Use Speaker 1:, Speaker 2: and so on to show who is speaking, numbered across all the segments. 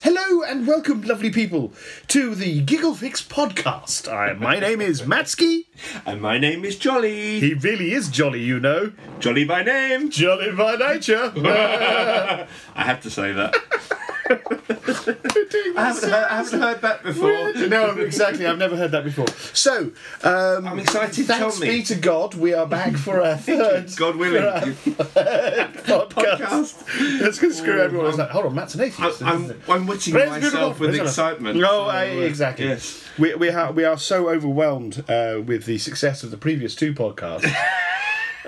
Speaker 1: Hello and welcome, lovely people, to the Giggle Fix podcast. I, my name is Matsky.
Speaker 2: And my name is Jolly.
Speaker 1: He really is jolly, you know.
Speaker 2: Jolly by name.
Speaker 1: Jolly by nature.
Speaker 2: I have to say that. I haven't, heard, I haven't heard that before.
Speaker 1: no, exactly. I've never heard that before. So, um,
Speaker 2: I'm excited,
Speaker 1: Thanks
Speaker 2: tell me.
Speaker 1: be to God, we are back for our third
Speaker 2: God willing.
Speaker 1: podcast.
Speaker 2: Podcast.
Speaker 1: That's going to screw everyone. It's like, hold on, Matt's an
Speaker 2: I,
Speaker 1: atheist.
Speaker 2: I'm, I'm witting
Speaker 1: Praise
Speaker 2: myself
Speaker 1: beautiful.
Speaker 2: with
Speaker 1: Praise
Speaker 2: excitement.
Speaker 1: God. No,
Speaker 2: So,
Speaker 1: I,
Speaker 2: uh,
Speaker 1: exactly.
Speaker 2: Yes.
Speaker 1: We, we, ha- we are so overwhelmed uh, with the success of the previous two podcasts.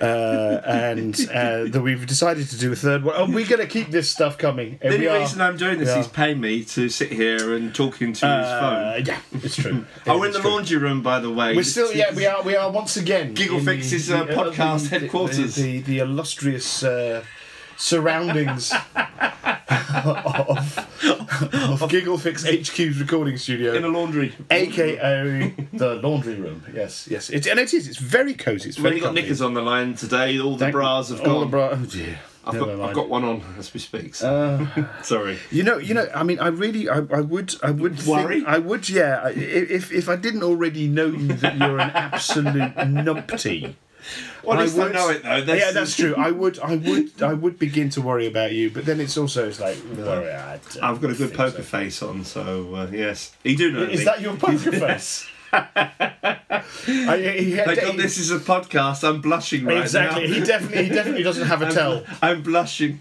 Speaker 1: Uh, and uh, that we've decided to do a third one. And we're going to keep this stuff coming. And
Speaker 2: The only
Speaker 1: we are-
Speaker 2: reason I'm doing this
Speaker 1: we are-
Speaker 2: is paying me to sit here and talk into
Speaker 1: Uh,
Speaker 2: his phone.
Speaker 1: yeah, it's true.
Speaker 2: Oh, we're in
Speaker 1: It's
Speaker 2: the
Speaker 1: true.
Speaker 2: laundry room, by the way.
Speaker 1: We're still, yeah, we are, we are once again.
Speaker 2: Giggle
Speaker 1: in the-
Speaker 2: Fix's, uh,
Speaker 1: the-
Speaker 2: podcast
Speaker 1: the-
Speaker 2: headquarters.
Speaker 1: The, the, the illustrious uh, surroundings of, of Giggle Fix HQ's recording studio.
Speaker 2: in a laundry.
Speaker 1: AKA the laundry room. Yes, yes. It, and it is. It's very cozy. It's
Speaker 2: When
Speaker 1: very
Speaker 2: you got
Speaker 1: comfy.
Speaker 2: knickers on the line today, all the
Speaker 1: Thank-
Speaker 2: bras have
Speaker 1: all
Speaker 2: gone.
Speaker 1: The bra- oh dear.
Speaker 2: I've,
Speaker 1: Never
Speaker 2: got,
Speaker 1: mind. Uh,
Speaker 2: I've got one on as we speak. so- Sorry.
Speaker 1: You know, you know. I mean, I really, I, I would, I would think-
Speaker 2: Worry?
Speaker 1: I would, yeah. I- i- If if I didn't already know you that you're an absolute numpty.
Speaker 2: Well, at
Speaker 1: I
Speaker 2: least I
Speaker 1: would-
Speaker 2: know it though.
Speaker 1: yeah, that's true. I would, I would, I would begin to worry about you, but then it's also it's like, worry, I don't
Speaker 2: I've got a good
Speaker 1: think
Speaker 2: poker
Speaker 1: so.
Speaker 2: face on, so uh, yes, you do know.
Speaker 1: Is
Speaker 2: me.
Speaker 1: that your poker face? I, he had-
Speaker 2: Thank God this is a podcast. I'm blushing right
Speaker 1: exactly.
Speaker 2: now.
Speaker 1: He definitely, he definitely doesn't have a tell.
Speaker 2: I'm blushing.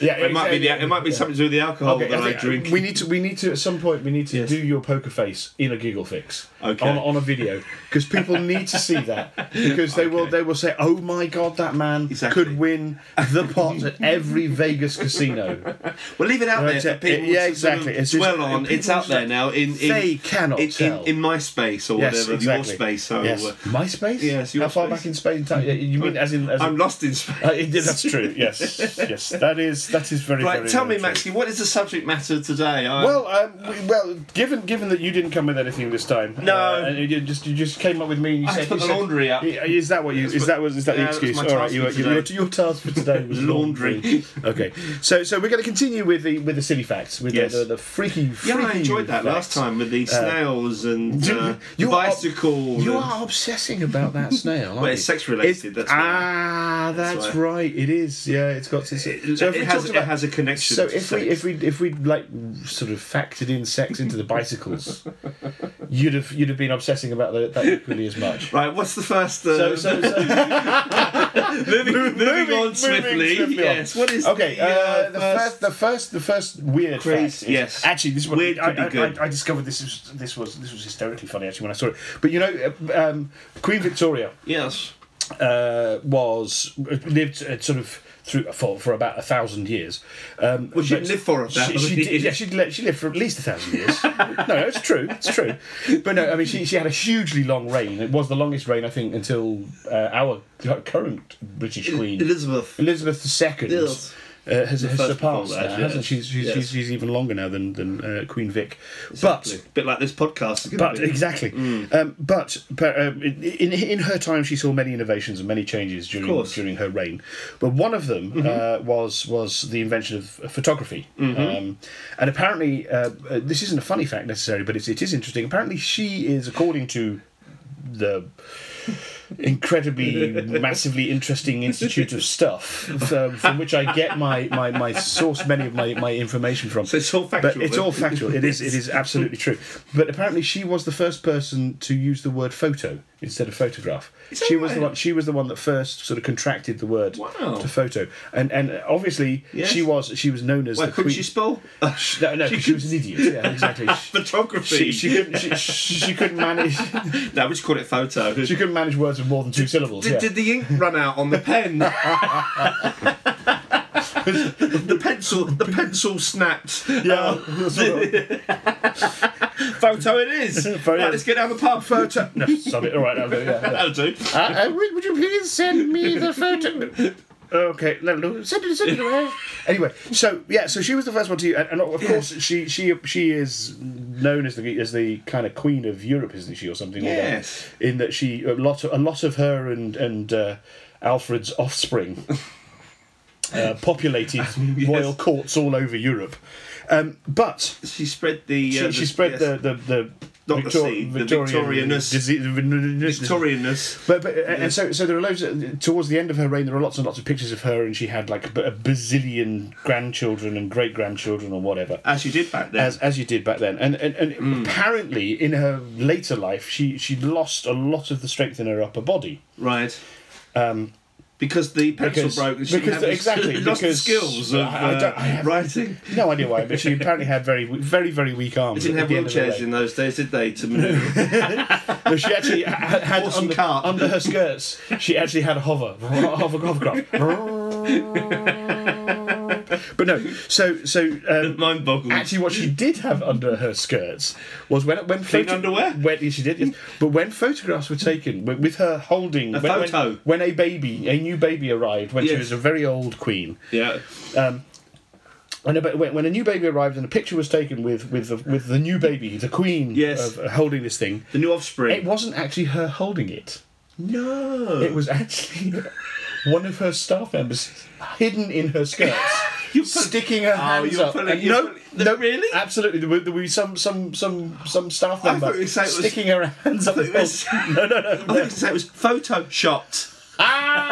Speaker 1: Yeah,
Speaker 2: it might be the, it might be something to do with the alcohol
Speaker 1: Okay, I
Speaker 2: that Oh, I,
Speaker 1: think
Speaker 2: drink.
Speaker 1: We need to. We need to. At some point, we need to
Speaker 2: Yes.
Speaker 1: do your poker face in a giggle fix.
Speaker 2: Okay.
Speaker 1: On, on a video, because people need to see that. Because they will.
Speaker 2: Okay.
Speaker 1: They will say, "Oh my god, that man
Speaker 2: Exactly.
Speaker 1: could win the pot at every Vegas casino."
Speaker 2: We'll leave it out
Speaker 1: No,
Speaker 2: there for
Speaker 1: exactly.
Speaker 2: people
Speaker 1: Yeah,
Speaker 2: to
Speaker 1: exactly.
Speaker 2: sort of
Speaker 1: It's just-
Speaker 2: dwell on.
Speaker 1: people
Speaker 2: It's out
Speaker 1: just
Speaker 2: there
Speaker 1: like-
Speaker 2: now in, in
Speaker 1: They cannot
Speaker 2: in,
Speaker 1: tell.
Speaker 2: in, in my space or whatever your space. So
Speaker 1: yes.
Speaker 2: uh,
Speaker 1: MySpace.
Speaker 2: yes,
Speaker 1: How
Speaker 2: your
Speaker 1: far
Speaker 2: space.
Speaker 1: back in space and time? Yeah, You mean as in? As
Speaker 2: I'm
Speaker 1: in,
Speaker 2: lost in space.
Speaker 1: Uh, yeah, that's true. Yes, yes. That is that is very
Speaker 2: right,
Speaker 1: Very,
Speaker 2: tell
Speaker 1: very
Speaker 2: me,
Speaker 1: true.
Speaker 2: Maxie, what is the subject matter today? I,
Speaker 1: Well, um, we- well, given given that you didn't come with anything this time,
Speaker 2: No.
Speaker 1: uh, and you just you just came up with me. And you
Speaker 2: I
Speaker 1: said,
Speaker 2: had to put
Speaker 1: you
Speaker 2: the
Speaker 1: said-
Speaker 2: laundry up.
Speaker 1: Yeah, Is that what you? Is
Speaker 2: what-
Speaker 1: that was? Is that
Speaker 2: yeah,
Speaker 1: the
Speaker 2: that was
Speaker 1: excuse?
Speaker 2: my
Speaker 1: All right,
Speaker 2: task
Speaker 1: you,
Speaker 2: for
Speaker 1: were- you, your,
Speaker 2: today.
Speaker 1: your task for today was
Speaker 2: Laundry.
Speaker 1: okay, so so we're going to continue with the with the silly facts with
Speaker 2: Yes.
Speaker 1: the, the, the freaky.
Speaker 2: yeah, I
Speaker 1: freaky
Speaker 2: enjoyed that last
Speaker 1: facts.
Speaker 2: time with the snails and
Speaker 1: Do-
Speaker 2: uh,
Speaker 1: you are-
Speaker 2: bicycle.
Speaker 1: you
Speaker 2: and-
Speaker 1: are obsessing about that snail. Aren't
Speaker 2: Well, it's
Speaker 1: you?
Speaker 2: sex-related,
Speaker 1: It's-
Speaker 2: that's why.
Speaker 1: ah, that's,
Speaker 2: That's why.
Speaker 1: right. It is. Yeah, it's got to. So
Speaker 2: It- it has-
Speaker 1: talked
Speaker 2: it has a connection
Speaker 1: So
Speaker 2: to
Speaker 1: if we
Speaker 2: sex.
Speaker 1: if we if we like sort of factored in sex into the bicycles, you'd have you'd have been obsessing about that, that equally as much.
Speaker 2: Right, what's the first? Uh,
Speaker 1: So, so, so
Speaker 2: moving, moving, on
Speaker 1: swiftly
Speaker 2: swiftly.
Speaker 1: on.
Speaker 2: yes. What is
Speaker 1: okay,
Speaker 2: The,
Speaker 1: uh, the first, the first, the first weird
Speaker 2: Crazy,
Speaker 1: fact. is-
Speaker 2: yes.
Speaker 1: actually, this one,
Speaker 2: Weird
Speaker 1: I,
Speaker 2: could be
Speaker 1: I-
Speaker 2: good.
Speaker 1: I, I discovered this was this was this was hysterically funny actually when I saw it. But you know, uh, um, Queen Victoria.
Speaker 2: Yes.
Speaker 1: uh, was lived uh, sort of through for, for about a thousand years. Um,
Speaker 2: Well, she
Speaker 1: but
Speaker 2: lived for a
Speaker 1: She,
Speaker 2: thousand
Speaker 1: she did,
Speaker 2: years.
Speaker 1: yeah, she, li- she lived for at least a thousand years. no, it's true, it's true. But no, I mean, she, she had a hugely long reign. It was the longest reign, I think, until uh, our current British Queen
Speaker 2: Elizabeth.
Speaker 1: Elizabeth II.
Speaker 2: Yes.
Speaker 1: Uh, has has
Speaker 2: first
Speaker 1: surpassed
Speaker 2: before
Speaker 1: that,
Speaker 2: that, yes.
Speaker 1: hasn't she? She's, she's,
Speaker 2: Yes.
Speaker 1: she's, even longer now than, than uh, Queen Vic. But
Speaker 2: a bit like this podcast. Is gonna
Speaker 1: but
Speaker 2: be.
Speaker 1: exactly.
Speaker 2: Mm.
Speaker 1: Um, but but um, in, in her time, she saw many innovations and many changes during
Speaker 2: course. Mm-hmm.
Speaker 1: during her reign. But one of them uh, was was the invention of photography. Um, and apparently, uh, uh, this isn't a funny fact necessarily, but it's, it is interesting. Apparently, she is according to the incredibly massively interesting institute of stuff so, from which I get my, my, my source many of my, my information from.
Speaker 2: So it's all factual,
Speaker 1: But it's
Speaker 2: then?
Speaker 1: all factual. It is it is absolutely true. But apparently she was the first person to use the word photo instead of photograph.
Speaker 2: that
Speaker 1: She was the
Speaker 2: right?
Speaker 1: one she was the one that first sort of contracted the word
Speaker 2: Wow.
Speaker 1: to photo. And and obviously
Speaker 2: Yes.
Speaker 1: she was she was known as
Speaker 2: Why
Speaker 1: the
Speaker 2: couldn't
Speaker 1: queen.
Speaker 2: she spell? Uh,
Speaker 1: She- no, no, 'cause she was an idiot. Yeah, exactly. She,
Speaker 2: Photography.
Speaker 1: she couldn't. She, she couldn't manage.
Speaker 2: no, we just call it photo.
Speaker 1: She couldn't manage words with more than two syllables.
Speaker 2: Did,
Speaker 1: yeah.
Speaker 2: did the ink run out on the pen? the pencil, the pencil snapped. Uh,
Speaker 1: Yeah, that's what-
Speaker 2: Photo it is.
Speaker 1: Photo.
Speaker 2: Right, let's get down the pub. Photo.
Speaker 1: no, stop it. All right, I'll do it. Yeah,
Speaker 2: That'll do.
Speaker 1: yeah. Uh, uh, would would you please send me the photo? Okay, no, no, send it, send it away. Anyway, so yeah, so she was the first one to, and, and of course she she she is known as the as the kind of queen of Europe, isn't she, or something? like that?
Speaker 2: Yes.
Speaker 1: In that she a lot of, a lot of her and and uh, Alfred's offspring uh, populated royal courts all over Europe, um, but.
Speaker 2: She spread the.
Speaker 1: she,
Speaker 2: uh,
Speaker 1: she
Speaker 2: the-
Speaker 1: spread
Speaker 2: yes,
Speaker 1: the the the,
Speaker 2: Not the sea, the Victorianus.
Speaker 1: dise- the Victorianus.
Speaker 2: Victorianness.
Speaker 1: But, but and so so there are loads of, towards the end of her reign there are lots and lots of pictures of her and she had like a bazillion grandchildren and great grandchildren or whatever
Speaker 2: as you did back then. Hmm.
Speaker 1: as as you did back then and and, and apparently in her later life she she lost a lot of the strength in her upper body
Speaker 2: right. because the pencil
Speaker 1: Um, because-
Speaker 2: broke. And she
Speaker 1: because-
Speaker 2: had this-
Speaker 1: exactly,
Speaker 2: lost
Speaker 1: because
Speaker 2: the skills of
Speaker 1: I- I
Speaker 2: uh,
Speaker 1: don't- I have-
Speaker 2: writing.
Speaker 1: no idea why but she apparently had very very very weak arms
Speaker 2: They didn't
Speaker 1: at
Speaker 2: have
Speaker 1: the end of her
Speaker 2: wheelchairs
Speaker 1: reign.
Speaker 2: in those days, did they? To manoeuvre.
Speaker 1: No, she actually ha- ha- had
Speaker 2: Horse and
Speaker 1: under,
Speaker 2: cart.
Speaker 1: under her skirts. She actually had a hover, hover, hovercraft. but no, so so um,
Speaker 2: Mind boggles.
Speaker 1: actually, what she did have under her skirts was when when
Speaker 2: Clean underwear?
Speaker 1: When yes, she did, yes. but when photographs were taken with, with her holding
Speaker 2: A
Speaker 1: when, when-
Speaker 2: photo.
Speaker 1: when, a baby, a new baby arrived, when she
Speaker 2: Yes.
Speaker 1: was a very old queen.
Speaker 2: yeah.
Speaker 1: When a, ba- when, when a new baby arrived and a picture was taken with with the, with the new baby, the queen,
Speaker 2: Yes.
Speaker 1: of, uh, holding this thing,
Speaker 2: The new offspring.
Speaker 1: it wasn't actually her holding it.
Speaker 2: no.
Speaker 1: It was actually one of her staff members hidden in her skirts.
Speaker 2: You put-
Speaker 1: sticking her hands
Speaker 2: Oh, you're
Speaker 1: up.
Speaker 2: pulling-
Speaker 1: and
Speaker 2: you're
Speaker 1: no,
Speaker 2: pulling- the-
Speaker 1: no,
Speaker 2: really?
Speaker 1: Absolutely. There were, there were some some some some staff
Speaker 2: I
Speaker 1: member
Speaker 2: thought you said it was-
Speaker 1: sticking her hands up.
Speaker 2: thought it was-
Speaker 1: no, no, no.
Speaker 2: I think it was photoshopped.
Speaker 1: Ah!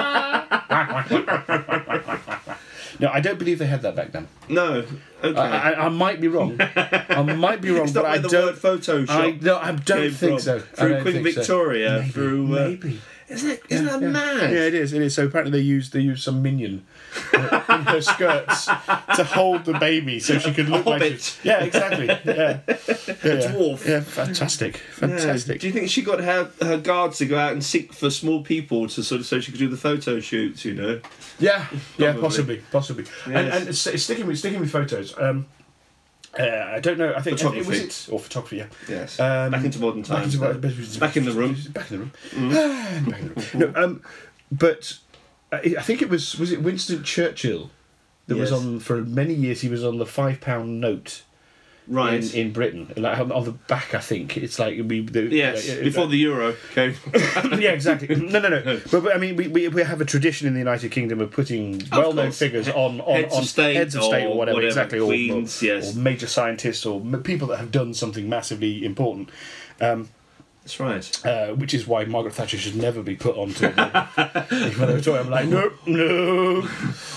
Speaker 1: No, I don't believe they had that back then.
Speaker 2: No. Okay.
Speaker 1: I, I, I might be wrong. I might be wrong,
Speaker 2: it's
Speaker 1: but
Speaker 2: not
Speaker 1: I
Speaker 2: where the
Speaker 1: don't.
Speaker 2: word Photoshop.
Speaker 1: I, no, I
Speaker 2: came
Speaker 1: don't think
Speaker 2: from.
Speaker 1: so. I
Speaker 2: Through
Speaker 1: don't
Speaker 2: Queen
Speaker 1: think so.
Speaker 2: Victoria. through. Uh,
Speaker 1: Maybe.
Speaker 2: Isn't that, isn't that mad?
Speaker 1: Yeah, it is. It is. So apparently they used they used some minion uh, in her skirts to hold the baby so she could look like she-
Speaker 2: hobbit.
Speaker 1: yeah, exactly. Yeah, a
Speaker 2: dwarf.
Speaker 1: Yeah, fantastic, fantastic.
Speaker 2: Do you think she got her, her guards to go out and seek for small people to sort of so she could do the photo shoots? You know,
Speaker 1: Yeah, yeah,
Speaker 2: Probably.
Speaker 1: possibly, possibly.
Speaker 2: Yes.
Speaker 1: And, and s- sticking with sticking with photos. Um, uh, I don't know. I think
Speaker 2: Photography.
Speaker 1: was it- or photography. Yeah.
Speaker 2: yes.
Speaker 1: Um,
Speaker 2: back into modern
Speaker 1: Back,
Speaker 2: times.
Speaker 1: into,
Speaker 2: now. Back in the room. Mm.
Speaker 1: Back in the room. Ah, back in the room. No, um, but uh, I I think it was was it Winston Churchill that was
Speaker 2: Yes.
Speaker 1: on for many years. He was on the five pound note
Speaker 2: Right.
Speaker 1: in, in Britain, like on, on the back. I think it's like we the,
Speaker 2: yes.
Speaker 1: uh, uh,
Speaker 2: Before the euro came.
Speaker 1: yeah, exactly. No, no, no. But, but I mean, we, we, we have a tradition in the United Kingdom of putting well-known
Speaker 2: course.
Speaker 1: figures on, on
Speaker 2: Heads of
Speaker 1: on
Speaker 2: state
Speaker 1: heads of state or
Speaker 2: or
Speaker 1: whatever,
Speaker 2: whatever,
Speaker 1: exactly,
Speaker 2: queens,
Speaker 1: or, or,
Speaker 2: yes.
Speaker 1: or major scientists or m- people that have done something massively important.
Speaker 2: That's right.
Speaker 1: Uh, which is why Margaret Thatcher should never be put onto. Even though I'm like, no, no.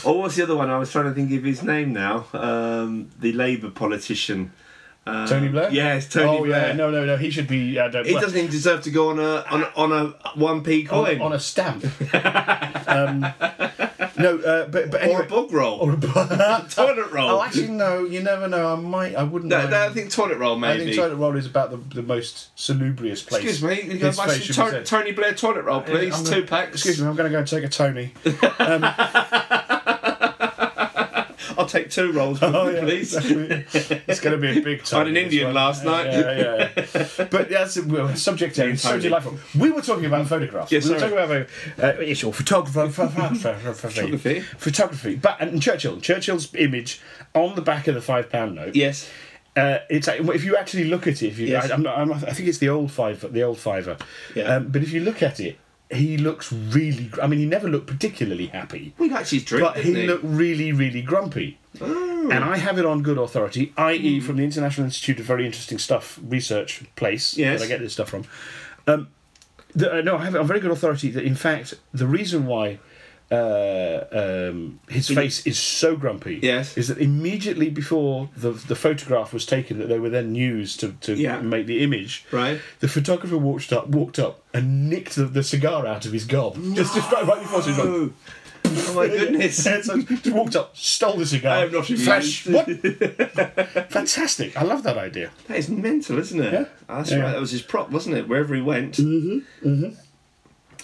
Speaker 2: Oh, what's the other one? I was trying to think of his name now. Um, the Labour politician. Um,
Speaker 1: Tony Blair.
Speaker 2: Yes, Tony
Speaker 1: oh,
Speaker 2: Blair.
Speaker 1: yeah, no, no, no. He should be. I don't,
Speaker 2: He
Speaker 1: well,
Speaker 2: doesn't even deserve to go on a on, a- on a one p coin
Speaker 1: Oh, on, on a stamp. um, no, uh, but but anyway. Oh,
Speaker 2: or a bog roll.
Speaker 1: or a bu-
Speaker 2: Toilet roll.
Speaker 1: Oh, actually, no. You never know. I might. I wouldn't.
Speaker 2: no,
Speaker 1: mind.
Speaker 2: no, I think toilet roll
Speaker 1: I
Speaker 2: maybe.
Speaker 1: think toilet roll is about the, the most salubrious place.
Speaker 2: Excuse me, you
Speaker 1: this
Speaker 2: can buy
Speaker 1: place should be
Speaker 2: some to-
Speaker 1: said.
Speaker 2: Tony Blair toilet roll, please.
Speaker 1: I'm
Speaker 2: Two
Speaker 1: gonna-
Speaker 2: packs.
Speaker 1: Excuse me, I'm going to go and take a Tony.
Speaker 2: I'll take two rolls,
Speaker 1: Oh,
Speaker 2: please.
Speaker 1: it's going to be a big time.
Speaker 2: an Indian last night.
Speaker 1: Yeah, yeah. yeah. but that's well, subject area. So
Speaker 2: Tony.
Speaker 1: delightful. We were talking about photographs.
Speaker 2: Yes,
Speaker 1: we were
Speaker 2: sorry.
Speaker 1: talking about uh, it's your photographer, photography,
Speaker 2: Photography.
Speaker 1: photography. But and Churchill, Churchill's image on the back of the five pound note.
Speaker 2: Yes.
Speaker 1: Uh, it's like- if you actually look at it. If you,
Speaker 2: Yes.
Speaker 1: I, I'm not, I'm, not- I think it's the old five, the old fiver.
Speaker 2: Yeah.
Speaker 1: Um, but if you look at it, he looks really. gr- I mean, he never looked particularly happy,
Speaker 2: We actually drink, Oh.
Speaker 1: but he looked really, really grumpy. And I have it on good authority,
Speaker 2: Hmm.
Speaker 1: i.e., from the International Institute of Very Interesting Stuff research place
Speaker 2: Yes.
Speaker 1: that I get this stuff from. Um, The, uh, no, I have it on very good authority that in fact the reason why uh, um, his face is so grumpy
Speaker 2: Yes.
Speaker 1: is that immediately before the the photograph was taken that they were then used to, to
Speaker 2: Yeah.
Speaker 1: make the image
Speaker 2: Right.
Speaker 1: the photographer walked up walked up and nicked the, the cigar out of his gob just, just right, right before so he's like,
Speaker 2: Oh, oh my goodness.
Speaker 1: yeah, so just walked up stole the cigar
Speaker 2: I am not amused.
Speaker 1: flash what fantastic I love that idea
Speaker 2: That is mental, isn't it?
Speaker 1: Yeah.
Speaker 2: That's
Speaker 1: Yeah.
Speaker 2: right. That was his prop, wasn't it? Wherever he went, mm-hmm. Mm-hmm.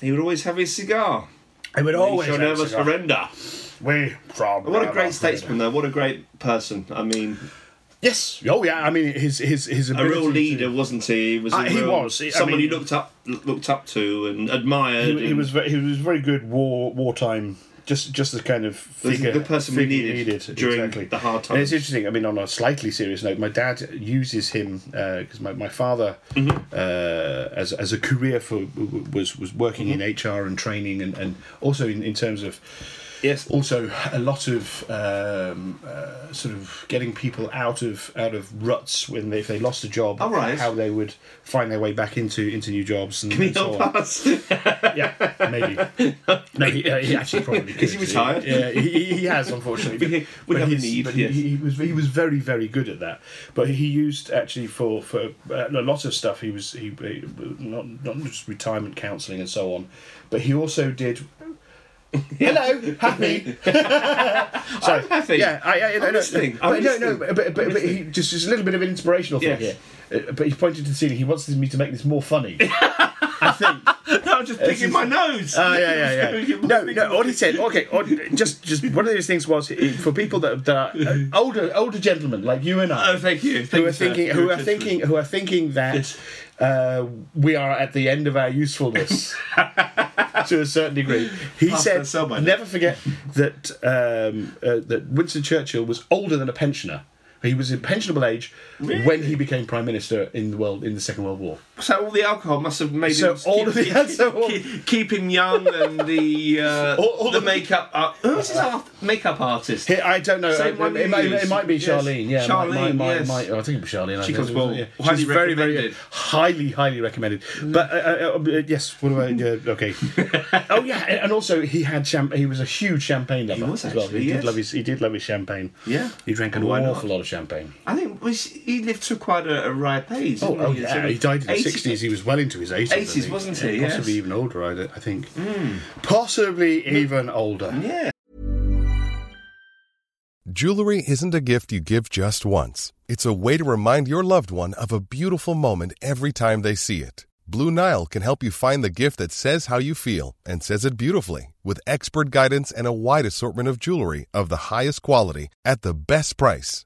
Speaker 2: he would always have his cigar.
Speaker 1: I would
Speaker 2: he
Speaker 1: have a
Speaker 2: shall never
Speaker 1: cigar.
Speaker 2: surrender.
Speaker 1: We from
Speaker 2: What a great statesman, though. What a great person. I mean,
Speaker 1: Yes. Oh yeah. I mean, his his his
Speaker 2: a
Speaker 1: ability
Speaker 2: real
Speaker 1: to-
Speaker 2: leader, wasn't he? was. a
Speaker 1: Uh, he
Speaker 2: real-
Speaker 1: was. I
Speaker 2: someone
Speaker 1: mean-
Speaker 2: you looked up, looked up to, and admired.
Speaker 1: He, he
Speaker 2: and-
Speaker 1: was very, he was very good war wartime. Just just the kind of
Speaker 2: This is
Speaker 1: figure,
Speaker 2: the person we
Speaker 1: figure you
Speaker 2: needed during the hard
Speaker 1: And it's
Speaker 2: times.
Speaker 1: interesting. I mean, on a slightly serious note, my dad uses him because my, my father,
Speaker 2: Mm-hmm.
Speaker 1: uh, as as a career for was was working
Speaker 2: Mm-hmm.
Speaker 1: in HR and training and and also in, in terms of
Speaker 2: Yes.
Speaker 1: also a lot of um, uh, sort of getting people out of out of ruts when they, if they lost a job,
Speaker 2: All right.
Speaker 1: how they would find their way back into into new jobs and, and so
Speaker 2: Help
Speaker 1: on.
Speaker 2: us.
Speaker 1: Yeah, maybe. no, he, uh, he actually probably could.
Speaker 2: Is he retired?
Speaker 1: Yeah, he, he has unfortunately.
Speaker 2: We- we
Speaker 1: But
Speaker 2: have a
Speaker 1: he's-
Speaker 2: need,
Speaker 1: But he,
Speaker 2: yes.
Speaker 1: he was he was very very good at that. But he used actually for for uh, a lot of stuff. He was he, he not not just retirement counselling and so on, but he also did. Hello, happy. so,
Speaker 2: I'm happy.
Speaker 1: Yeah, I, I, no, no,
Speaker 2: listening. I'm
Speaker 1: but no, no,
Speaker 2: listening.
Speaker 1: but, but, but, but he just, just a little bit of an inspirational thing
Speaker 2: Yes.
Speaker 1: here. Uh, But he pointed to the ceiling. He wants me to make this more funny. I think.
Speaker 2: no, I'm just picking my nose.
Speaker 1: Oh yeah, yeah, yeah. No, no. All he said, okay, all, just, just one of those things was eh, for people that, that are uh, older, older gentlemen like you and I.
Speaker 2: Oh, thank you. Thank
Speaker 1: Who
Speaker 2: you,
Speaker 1: are
Speaker 2: sir.
Speaker 1: thinking?
Speaker 2: You're
Speaker 1: Who are
Speaker 2: just-
Speaker 1: thinking? Who are thinking that uh, we are at the end of our usefulness to a certain degree? He
Speaker 2: Pass
Speaker 1: said,
Speaker 2: that sell by then.
Speaker 1: "Never forget that um, uh, that Winston Churchill was older than a pensioner. He was in pensionable age when he became prime minister in the world in the Second World War."
Speaker 2: So all the alcohol must have made
Speaker 1: So
Speaker 2: him
Speaker 1: all of the- so all-
Speaker 2: keep, keep him young and the uh,
Speaker 1: All- all
Speaker 2: the,
Speaker 1: the- Uh,
Speaker 2: makeup art. Who's his art, makeup artist?
Speaker 1: Here, I don't know. Uh,
Speaker 2: Same
Speaker 1: it,
Speaker 2: one
Speaker 1: it
Speaker 2: you
Speaker 1: might,
Speaker 2: used.
Speaker 1: it might be
Speaker 2: Yes.
Speaker 1: Charlene. Yeah, my- my-
Speaker 2: Charlene,
Speaker 1: my-
Speaker 2: yes.
Speaker 1: my- oh, I think it was Charlene. I
Speaker 2: She
Speaker 1: think.
Speaker 2: comes
Speaker 1: It
Speaker 2: well.
Speaker 1: was, yeah.
Speaker 2: Highly
Speaker 1: She's very, very
Speaker 2: recommended.
Speaker 1: highly, highly recommended. But uh, uh, uh, yes, what do I? Uh, okay. oh yeah, and also he had champ. He was a huge champagne lover
Speaker 2: was
Speaker 1: as well.
Speaker 2: actually,
Speaker 1: he
Speaker 2: yes.
Speaker 1: did love his. He did love his champagne.
Speaker 2: Yeah.
Speaker 1: he drank an
Speaker 2: Why not?
Speaker 1: awful lot of champagne.
Speaker 2: I think was, he lived to quite a, a ripe age.
Speaker 1: Oh,
Speaker 2: didn't
Speaker 1: oh
Speaker 2: he? Sort
Speaker 1: yeah,
Speaker 2: of
Speaker 1: he died in the
Speaker 2: 80
Speaker 1: sixties. He was well into his eighties.
Speaker 2: 80s, wasn't he?
Speaker 1: Yeah,
Speaker 2: Yes. Hmm.
Speaker 1: possibly even older. I, I think. Possibly even older.
Speaker 2: Yeah,
Speaker 3: Jewelry isn't a gift you give just once. It's a way to remind your loved one of a beautiful moment every time they see it. Blue Nile can help you find the gift that says how you feel and says it beautifully with expert guidance and a wide assortment of jewelry of the highest quality at the best price.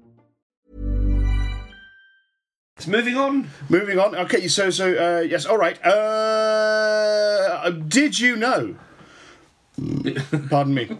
Speaker 2: It's moving on.
Speaker 1: Moving on. Okay, so so uh, yes, all right. Uh, did you know? Pardon me.
Speaker 2: Come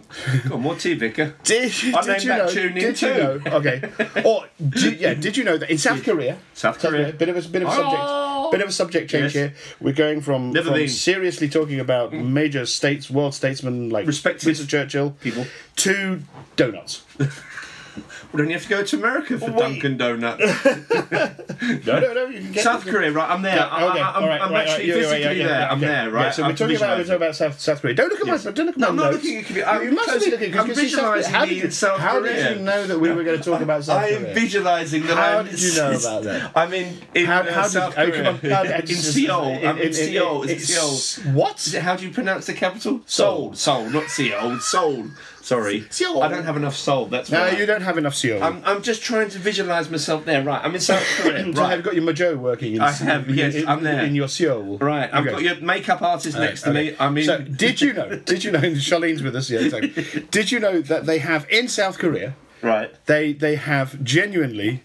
Speaker 2: on, what tea, Vicar?
Speaker 1: Did,
Speaker 2: I
Speaker 1: did
Speaker 2: named
Speaker 1: you
Speaker 2: that
Speaker 1: know?
Speaker 2: tune in
Speaker 1: did you
Speaker 2: too.
Speaker 1: know? Okay. Or did, yeah, did you know that in South Korea?
Speaker 2: South Korea.
Speaker 1: Bit of a bit of a subject.
Speaker 2: Oh.
Speaker 1: Bit of a subject change
Speaker 2: Yes.
Speaker 1: here. We're going from,
Speaker 2: Never
Speaker 1: from
Speaker 2: been. Mm.
Speaker 1: seriously talking about major states, world statesmen like
Speaker 2: Respected
Speaker 1: Winston Churchill
Speaker 2: people.
Speaker 1: to donuts.
Speaker 2: Well, don't you have to go to America for
Speaker 1: Wait.
Speaker 2: Dunkin' Donuts?
Speaker 1: No, no, no. You can get
Speaker 2: South Korea, right? I'm there.
Speaker 1: Yeah,
Speaker 2: I, I, I'm,
Speaker 1: all right,
Speaker 2: I'm
Speaker 1: right, right,
Speaker 2: actually
Speaker 1: yeah, yeah,
Speaker 2: physically
Speaker 1: yeah, yeah,
Speaker 2: there. I'm
Speaker 1: okay.
Speaker 2: there, right?
Speaker 1: Yeah, so we're
Speaker 2: I'm
Speaker 1: talking about we're
Speaker 2: visualising.
Speaker 1: talking about South, South Korea. Don't look at
Speaker 2: Yes.
Speaker 1: my don't look at
Speaker 2: No,
Speaker 1: my
Speaker 2: I'm not
Speaker 1: notes.
Speaker 2: looking at you. I'm
Speaker 1: you must be
Speaker 2: because-
Speaker 1: looking
Speaker 2: I'm
Speaker 1: because you see South Korea-
Speaker 2: visualising
Speaker 1: how
Speaker 2: the
Speaker 1: did you,
Speaker 2: South
Speaker 1: how did
Speaker 2: Korea.
Speaker 1: you know that we were going to talk about South
Speaker 2: I
Speaker 1: Korea?
Speaker 2: am visualising that
Speaker 1: How
Speaker 2: I'm.
Speaker 1: did you know about that?
Speaker 2: I'm in, in
Speaker 1: How,
Speaker 2: uh,
Speaker 1: how
Speaker 2: South
Speaker 1: did,
Speaker 2: Korea.
Speaker 1: Oh, come on, how-
Speaker 2: in
Speaker 1: just-
Speaker 2: Seoul.
Speaker 1: it-
Speaker 2: I'm
Speaker 1: it-
Speaker 2: in
Speaker 1: it-
Speaker 2: Seoul. Is it
Speaker 1: it's-
Speaker 2: Seoul? Is
Speaker 1: What?
Speaker 2: it, how do you pronounce the capital?
Speaker 1: Seoul.
Speaker 2: Seoul. Seoul, not Seoul. Seoul. Sorry.
Speaker 1: Seoul.
Speaker 2: I don't have enough soul. That's
Speaker 1: No,
Speaker 2: why.
Speaker 1: you don't have enough Seoul.
Speaker 2: I'm, I'm just trying to visualise myself there. Right. I'm in South Korea.
Speaker 1: So have
Speaker 2: right.
Speaker 1: you got your mojo working in
Speaker 2: I have,
Speaker 1: in-
Speaker 2: yes,
Speaker 1: in,
Speaker 2: I'm there.
Speaker 1: in your Seoul.
Speaker 2: Right, I've
Speaker 1: Okay.
Speaker 2: got your makeup artist next to me. I mean,
Speaker 1: so did you know? Did you know? Charlene's with us. Yeah, exactly. did you know that they have in South Korea?
Speaker 2: right?
Speaker 1: They they have genuinely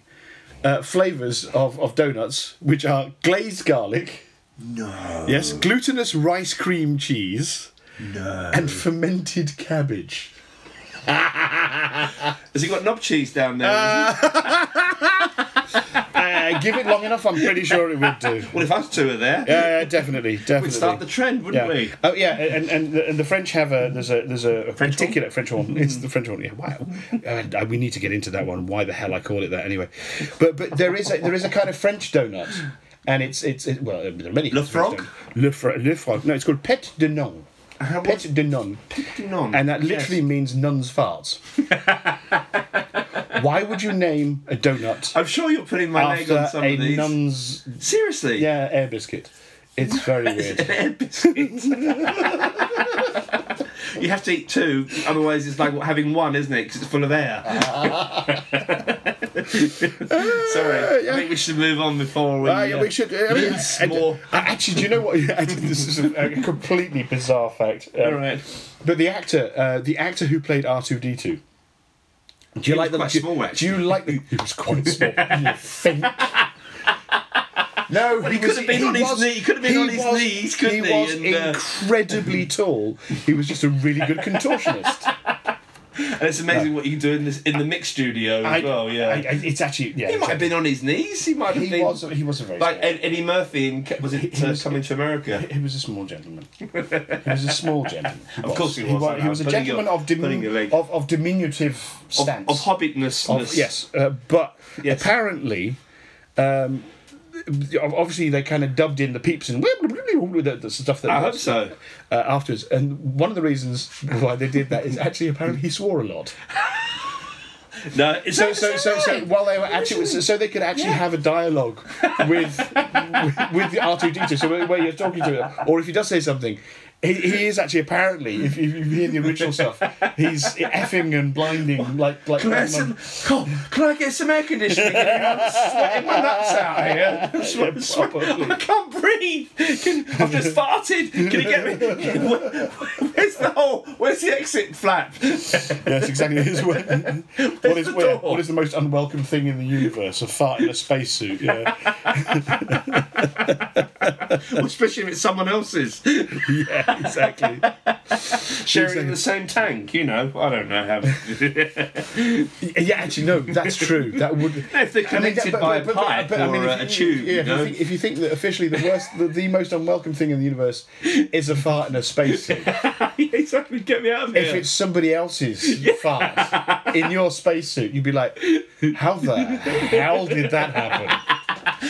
Speaker 1: uh, flavors of, of donuts which are glazed garlic. No. Yes, glutinous rice cream cheese. No. And fermented cabbage.
Speaker 2: Has he got knob cheese down there?
Speaker 1: Uh, give it long enough, I'm pretty sure it would do.
Speaker 2: well, if us two are there,
Speaker 1: Yeah, yeah, definitely, definitely.
Speaker 2: we'd start the trend, wouldn't
Speaker 1: yeah.
Speaker 2: we?
Speaker 1: Oh yeah, and and the, and the French have a there's a there's a
Speaker 2: French Mm-hmm.
Speaker 1: particular French one. It's the French one. Yeah, wow. And uh, we need to get into that one. Why the hell I call it that anyway? But but there is a, there is a kind of French donut, and it's it's it, well there are many.
Speaker 2: Le
Speaker 1: kinds of French
Speaker 2: Frog?
Speaker 1: donuts. Le, fro- le frog. No, it's called Pet de Non.
Speaker 2: Uh, How-
Speaker 1: Pet de Non.
Speaker 2: Pet de Non,
Speaker 1: And that
Speaker 2: yes.
Speaker 1: literally means nun's farts. Why would you name a donut
Speaker 2: I'm sure you're putting my leg on
Speaker 1: after
Speaker 2: some
Speaker 1: a
Speaker 2: of these.
Speaker 1: nun's
Speaker 2: Seriously?
Speaker 1: yeah, air biscuit. It's very weird.
Speaker 2: You have to eat two, otherwise it's like having one, isn't it? Because it's full of air. Sorry, I think we should move on before we.
Speaker 1: Uh, yeah, we should. I mean,
Speaker 2: Yes,
Speaker 1: and-
Speaker 2: more.
Speaker 1: uh, actually, do you know what? I did- this is a, a completely bizarre fact. Um,
Speaker 2: All right.
Speaker 1: But the actor, uh, the actor who played R two D two. Do you
Speaker 2: He
Speaker 1: like
Speaker 2: was
Speaker 1: the
Speaker 2: quite
Speaker 1: do,
Speaker 2: small,
Speaker 1: Do you like the? He was quite small. you think? No,
Speaker 2: he could
Speaker 1: was-
Speaker 2: have been on his knee- he could have been on his
Speaker 1: was-
Speaker 2: knees, couldn't
Speaker 1: he?
Speaker 2: he?
Speaker 1: was
Speaker 2: And, uh,
Speaker 1: incredibly tall. He was just a really good contortionist.
Speaker 2: And it's amazing what you can do in this in the mix studio
Speaker 1: I-
Speaker 2: as well. Yeah,
Speaker 1: I- I- it's actually yeah.
Speaker 2: he might have
Speaker 1: exactly.
Speaker 2: been on his knees. He might have
Speaker 1: He
Speaker 2: been.
Speaker 1: was. He was a very
Speaker 2: like
Speaker 1: small-
Speaker 2: Ed- Eddie Murphy in was it
Speaker 1: He
Speaker 2: uh,
Speaker 1: was-
Speaker 2: Coming to America?
Speaker 1: He was a small gentleman. He was a small gentleman.
Speaker 2: Of course he was,
Speaker 1: He was,
Speaker 2: I
Speaker 1: he was a
Speaker 2: know. Putting
Speaker 1: gentleman
Speaker 2: your-
Speaker 1: of, dimin-
Speaker 2: putting your leg-
Speaker 1: of, of diminutive
Speaker 2: Of,
Speaker 1: stance.
Speaker 2: of hobbitness.
Speaker 1: Of- yes, uh, but
Speaker 2: Yes.
Speaker 1: apparently, um, obviously they kind of dubbed in the peeps and the, the stuff that.
Speaker 2: I hope so.
Speaker 1: Uh, afterwards, and one of the reasons why they did that is actually apparently he swore a lot.
Speaker 2: No, it's
Speaker 1: So, so, so, so while they were actually, so, so they could actually have a dialogue with with, with the R two D two. So where, where you're talking to him, or if he does say something, he, he is actually apparently, if, you- if you hear the original stuff, he's effing and blinding like like.
Speaker 2: Can I, have
Speaker 1: Batman.
Speaker 2: some, oh, can I get some air conditioning? in here? I'm sweating my nuts out here. I'm swe-
Speaker 1: Yeah,
Speaker 2: swe-
Speaker 1: probably.
Speaker 2: I can't breathe. Can, I've just farted. Can you get me? Where- Where's the hole? Where's the exit flap?
Speaker 1: Yes, exactly. His, what is
Speaker 2: the
Speaker 1: where-
Speaker 2: door?
Speaker 1: what is the most unwelcome thing in the universe? A fart in a spacesuit. Yeah.
Speaker 2: Especially if it's someone else's.
Speaker 1: yeah, exactly.
Speaker 2: Sharing the same tank, you know. I don't know how.
Speaker 1: Yeah, actually, no, that's true. That would.
Speaker 2: If they're connected by a pipe or
Speaker 1: if
Speaker 2: a
Speaker 1: you-
Speaker 2: tube,
Speaker 1: yeah,
Speaker 2: you
Speaker 1: if,
Speaker 2: know.
Speaker 1: you think, if you think that officially the worst, the, the most unwelcome thing in the universe is a fart in a spacesuit.
Speaker 2: exactly. Get me out of here.
Speaker 1: If it's somebody else's fart in your spacesuit, you'd be like, "How the hell did that happen?"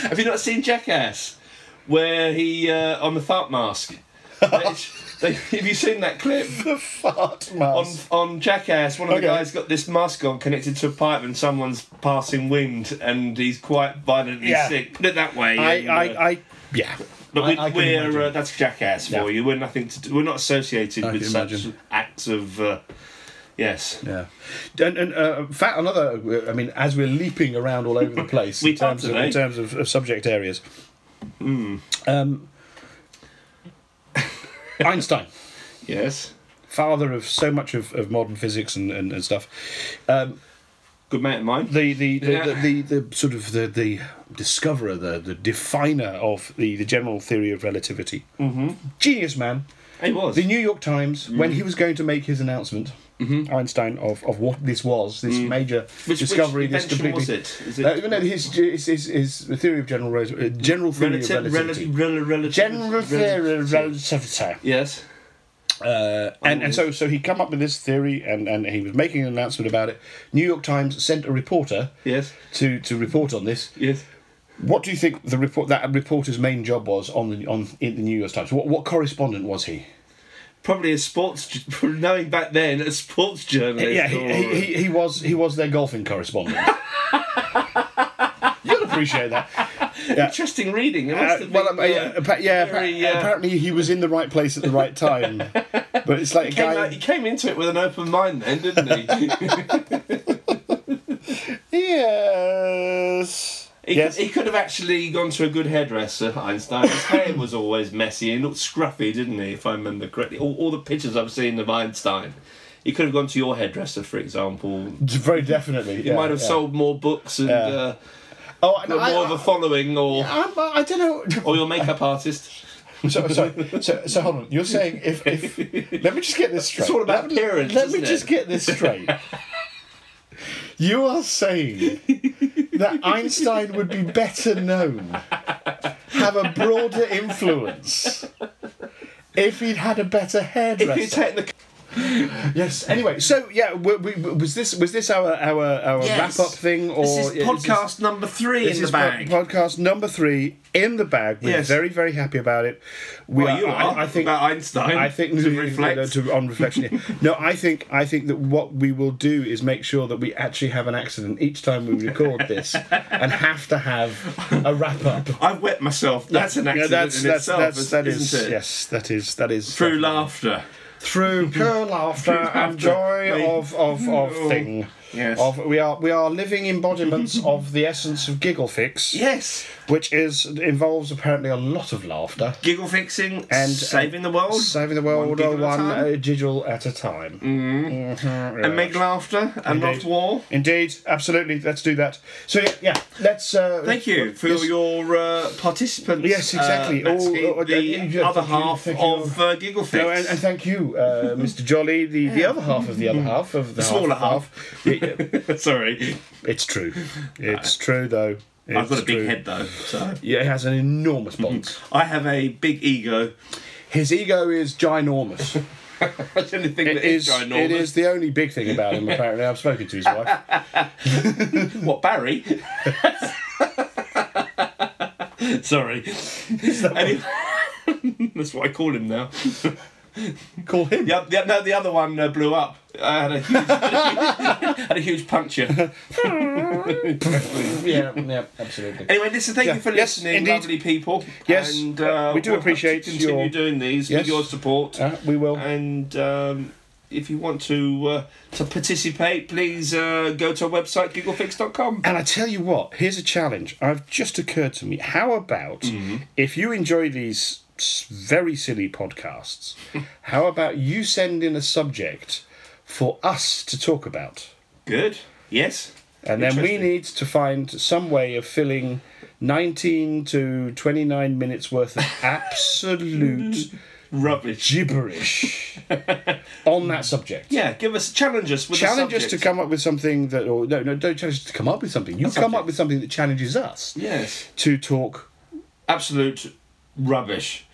Speaker 2: Have you not seen Jackass? Where he uh, on the fart mask. They- have you seen that clip?
Speaker 1: The fart
Speaker 2: on
Speaker 1: mask.
Speaker 2: on Jackass, one of
Speaker 1: Okay.
Speaker 2: the guys got this mask on connected to a pipe, and someone's passing wind, and he's quite violently
Speaker 1: Yeah.
Speaker 2: sick. Put it that way.
Speaker 1: I,
Speaker 2: and, uh,
Speaker 1: I, I, yeah.
Speaker 2: but
Speaker 1: I-
Speaker 2: we,
Speaker 1: I can
Speaker 2: we're
Speaker 1: imagine.
Speaker 2: uh, that's Jackass for
Speaker 1: Yeah.
Speaker 2: you. We're nothing to do. We're not associated
Speaker 1: I
Speaker 2: with
Speaker 1: can
Speaker 2: such
Speaker 1: imagine.
Speaker 2: acts of. Uh, yes.
Speaker 1: Yeah, and, and uh, in fact, another. uh, I mean, as we're leaping around all over the place
Speaker 2: We
Speaker 1: in terms
Speaker 2: are
Speaker 1: of
Speaker 2: today. Hmm.
Speaker 1: in terms of, of subject areas. Um, Einstein,
Speaker 2: Yes.
Speaker 1: father of so much of, of modern physics and, and, and stuff. Um,
Speaker 2: Good mate of mine.
Speaker 1: the the the,
Speaker 2: Yeah.
Speaker 1: the, the, the sort of the, the discoverer, the, the definer of the, the general theory of relativity. Mm-hmm. Genius man.
Speaker 2: he was.
Speaker 1: The New York Times,
Speaker 2: Mm-hmm.
Speaker 1: when he was going to make his announcement, Einstein of, of what this was, this major
Speaker 2: Mm. Which-
Speaker 1: discovery,
Speaker 2: which
Speaker 1: this
Speaker 2: invention
Speaker 1: completely.
Speaker 2: was it? Is it-
Speaker 1: Uh, no, his, his, his, his theory of general res- uh, general theory
Speaker 2: Relative,
Speaker 1: of relativity.
Speaker 2: relative, relative,
Speaker 1: general theory of relativity.
Speaker 2: Yes.
Speaker 1: Uh, and and so so he come up with this theory, and, and he was making an announcement about it. New York Times sent a reporter
Speaker 2: Yes.
Speaker 1: to to report on this.
Speaker 2: Yes.
Speaker 1: What do you think the report that reporter's main job was on the on in the New York Times? What what correspondent was he?
Speaker 2: Probably a sports. ju- Knowing back then, a sports journalist.
Speaker 1: Yeah, he,
Speaker 2: or-
Speaker 1: he, he, he was he was their golfing correspondent. You'll appreciate that. Yeah.
Speaker 2: Interesting reading. It must
Speaker 1: Uh,
Speaker 2: have
Speaker 1: well,
Speaker 2: been,
Speaker 1: um, yeah,
Speaker 2: uh,
Speaker 1: appa- yeah, appa-
Speaker 2: very, uh,
Speaker 1: apparently he was in the right place at the right time. But it's like a
Speaker 2: Came
Speaker 1: guy.
Speaker 2: out- he came into it with an open mind, then, didn't he?
Speaker 1: Yes.
Speaker 2: he,
Speaker 1: yes.
Speaker 2: could, he could have actually gone to a good hairdresser, Einstein. His hair was always messy. He looked scruffy, didn't he, if I remember correctly? All, all the pictures I've seen of Einstein. He could have gone to your hairdresser, for example.
Speaker 1: Very definitely.
Speaker 2: He might have sold more books and uh,
Speaker 1: Oh, and
Speaker 2: got
Speaker 1: I,
Speaker 2: more of a following, or
Speaker 1: I, I'm- I don't know.
Speaker 2: or your makeup artist.
Speaker 1: So, sorry. So, so hold on. You're saying if, if let me just get this straight.
Speaker 2: all about
Speaker 1: let,
Speaker 2: appearance,
Speaker 1: Let me
Speaker 2: isn't it?
Speaker 1: just get this straight. you are saying that Einstein would be better known, have a broader influence, if he'd had a better hairdresser.
Speaker 2: If you take the
Speaker 1: yes. Anyway, so yeah, we, we, was this was this our our our
Speaker 2: Yes.
Speaker 1: wrap up thing or
Speaker 2: this is
Speaker 1: yeah,
Speaker 2: podcast number three
Speaker 1: This
Speaker 2: in the
Speaker 1: is po-
Speaker 2: bag.
Speaker 1: podcast number three in the bag. We're
Speaker 2: Yes.
Speaker 1: very, very happy about it. We
Speaker 2: Well, you are,
Speaker 1: I, I think
Speaker 2: about Einstein,
Speaker 1: I think
Speaker 2: to reflect.
Speaker 1: to- on reflection. no, I think I think that what we will do is make sure that we actually have an accident each time we record this, and have to have a wrap up.
Speaker 2: I've wet myself. That's an accident in itself,
Speaker 1: that
Speaker 2: isn't
Speaker 1: is-
Speaker 2: it?
Speaker 1: yes, that is that is
Speaker 2: Through laughter.
Speaker 1: through pure laughter and joy
Speaker 2: Mate.
Speaker 1: of of of
Speaker 2: Oh.
Speaker 1: thing.
Speaker 2: Yes.
Speaker 1: Of, we are we are living embodiments of the essence of giggle fix
Speaker 2: Yes.
Speaker 1: which is involves apparently a lot of laughter
Speaker 2: Giggle fixing and saving the world.
Speaker 1: uh, saving the
Speaker 2: One
Speaker 1: world
Speaker 2: giggle
Speaker 1: one,
Speaker 2: at a
Speaker 1: one
Speaker 2: time. Mm-hmm.
Speaker 1: uh, jiggle at a time. Mhm,
Speaker 2: and
Speaker 1: yeah.
Speaker 2: make laughter and not
Speaker 1: Indeed.
Speaker 2: war.
Speaker 1: Indeed, absolutely. Let's do that. So yeah, yeah let's. Uh,
Speaker 2: Thank you for
Speaker 1: yes.
Speaker 2: your uh, participants.
Speaker 1: Yes, exactly.
Speaker 2: Uh,
Speaker 1: All-
Speaker 2: Matsky,
Speaker 1: all-
Speaker 2: the
Speaker 1: yeah, yeah,
Speaker 2: other
Speaker 1: thank you,
Speaker 2: half
Speaker 1: thank you.
Speaker 2: of uh, Giggle Fix.
Speaker 1: No, and, and thank you, uh, Mr. Jolly, the, the other half of the other half of the
Speaker 2: Mm-hmm. smaller
Speaker 1: half. half. Yeah, yeah.
Speaker 2: Sorry,
Speaker 1: it's true. It's true though.
Speaker 2: I've got
Speaker 1: It's
Speaker 2: a big
Speaker 1: true.
Speaker 2: head Mm-hmm. though, so
Speaker 1: Yeah, he has an enormous box.
Speaker 2: I have a big ego.
Speaker 1: His ego is ginormous.
Speaker 2: That's the only thing
Speaker 1: It
Speaker 2: that is
Speaker 1: is.
Speaker 2: ginormous.
Speaker 1: It is the only big thing about him. Apparently, I've spoken to his wife.
Speaker 2: What, Barry? Sorry. Anyway, that's what I call him now.
Speaker 1: Call him.
Speaker 2: The, oth- the, no, the other one uh, blew up. I had a huge, had a huge puncture.
Speaker 1: Yeah, yeah, absolutely.
Speaker 2: Anyway, listen, thank
Speaker 1: Yeah.
Speaker 2: you for
Speaker 1: Yes,
Speaker 2: listening,
Speaker 1: indeed.
Speaker 2: lovely people.
Speaker 1: Yes,
Speaker 2: and, uh,
Speaker 1: we do
Speaker 2: we'll have to
Speaker 1: appreciate
Speaker 2: continue
Speaker 1: your-
Speaker 2: doing these
Speaker 1: Yes.
Speaker 2: with your support.
Speaker 1: Uh, we will.
Speaker 2: And um, if you want to uh, to participate, please uh, go to our website gigglefix.com.
Speaker 1: And I tell you what, here's a challenge. I've just occurred to me. How about if you enjoy these s- very silly podcasts, how about you send in a subject for us to talk about?
Speaker 2: Good. Yes.
Speaker 1: And then we
Speaker 2: Interesting.
Speaker 1: need to find some way of filling 19 to 29 minutes worth of absolute
Speaker 2: Rubbish.
Speaker 1: gibberish on that subject.
Speaker 2: Yeah, give us challenge us with a
Speaker 1: challenge us to
Speaker 2: subject.
Speaker 1: come up with something that, or no, no, don't challenge us to come up with something. You come
Speaker 2: subject.
Speaker 1: up with something that challenges us
Speaker 2: Yes,
Speaker 1: to talk
Speaker 2: absolute rubbish.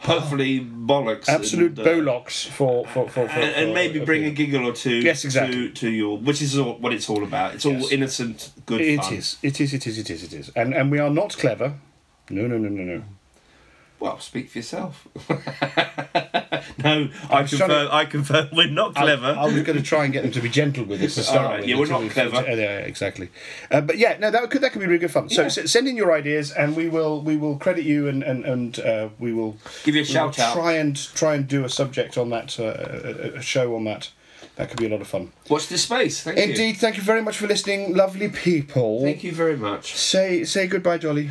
Speaker 2: Hopefully bollocks.
Speaker 1: absolute
Speaker 2: and, uh,
Speaker 1: bollocks for for for, for,
Speaker 2: And,
Speaker 1: for-
Speaker 2: and maybe bring a giggle or two.
Speaker 1: Yes, exactly.
Speaker 2: To, to your, which is all, what it's all about. It's all innocent, good
Speaker 1: It
Speaker 2: fun.
Speaker 1: is, it is, it is, it is, it is, and and we are not clever. No, no, no, no, no.
Speaker 2: Well, speak for yourself. no, I
Speaker 1: was trying
Speaker 2: confirm. I confirm. We're not clever.
Speaker 1: I, I was going to try and get them to be gentle with us to start
Speaker 2: Alright,
Speaker 1: with.
Speaker 2: yeah, we're
Speaker 1: until
Speaker 2: not
Speaker 1: we-
Speaker 2: clever.
Speaker 1: uh, yeah, exactly. Uh, but yeah, no, that could that could be really good fun. So s- send in your ideas, and we will we will credit you, and and and uh, we will
Speaker 2: Give you a
Speaker 1: we will
Speaker 2: shout out.
Speaker 1: Try and try and do a subject on that, uh, a- a, a show on that. That could be a lot of fun.
Speaker 2: Watch this space. Thank you.
Speaker 1: Indeed, thank you very much for listening, lovely people.
Speaker 2: Thank you very much.
Speaker 1: Say say goodbye, Jolly.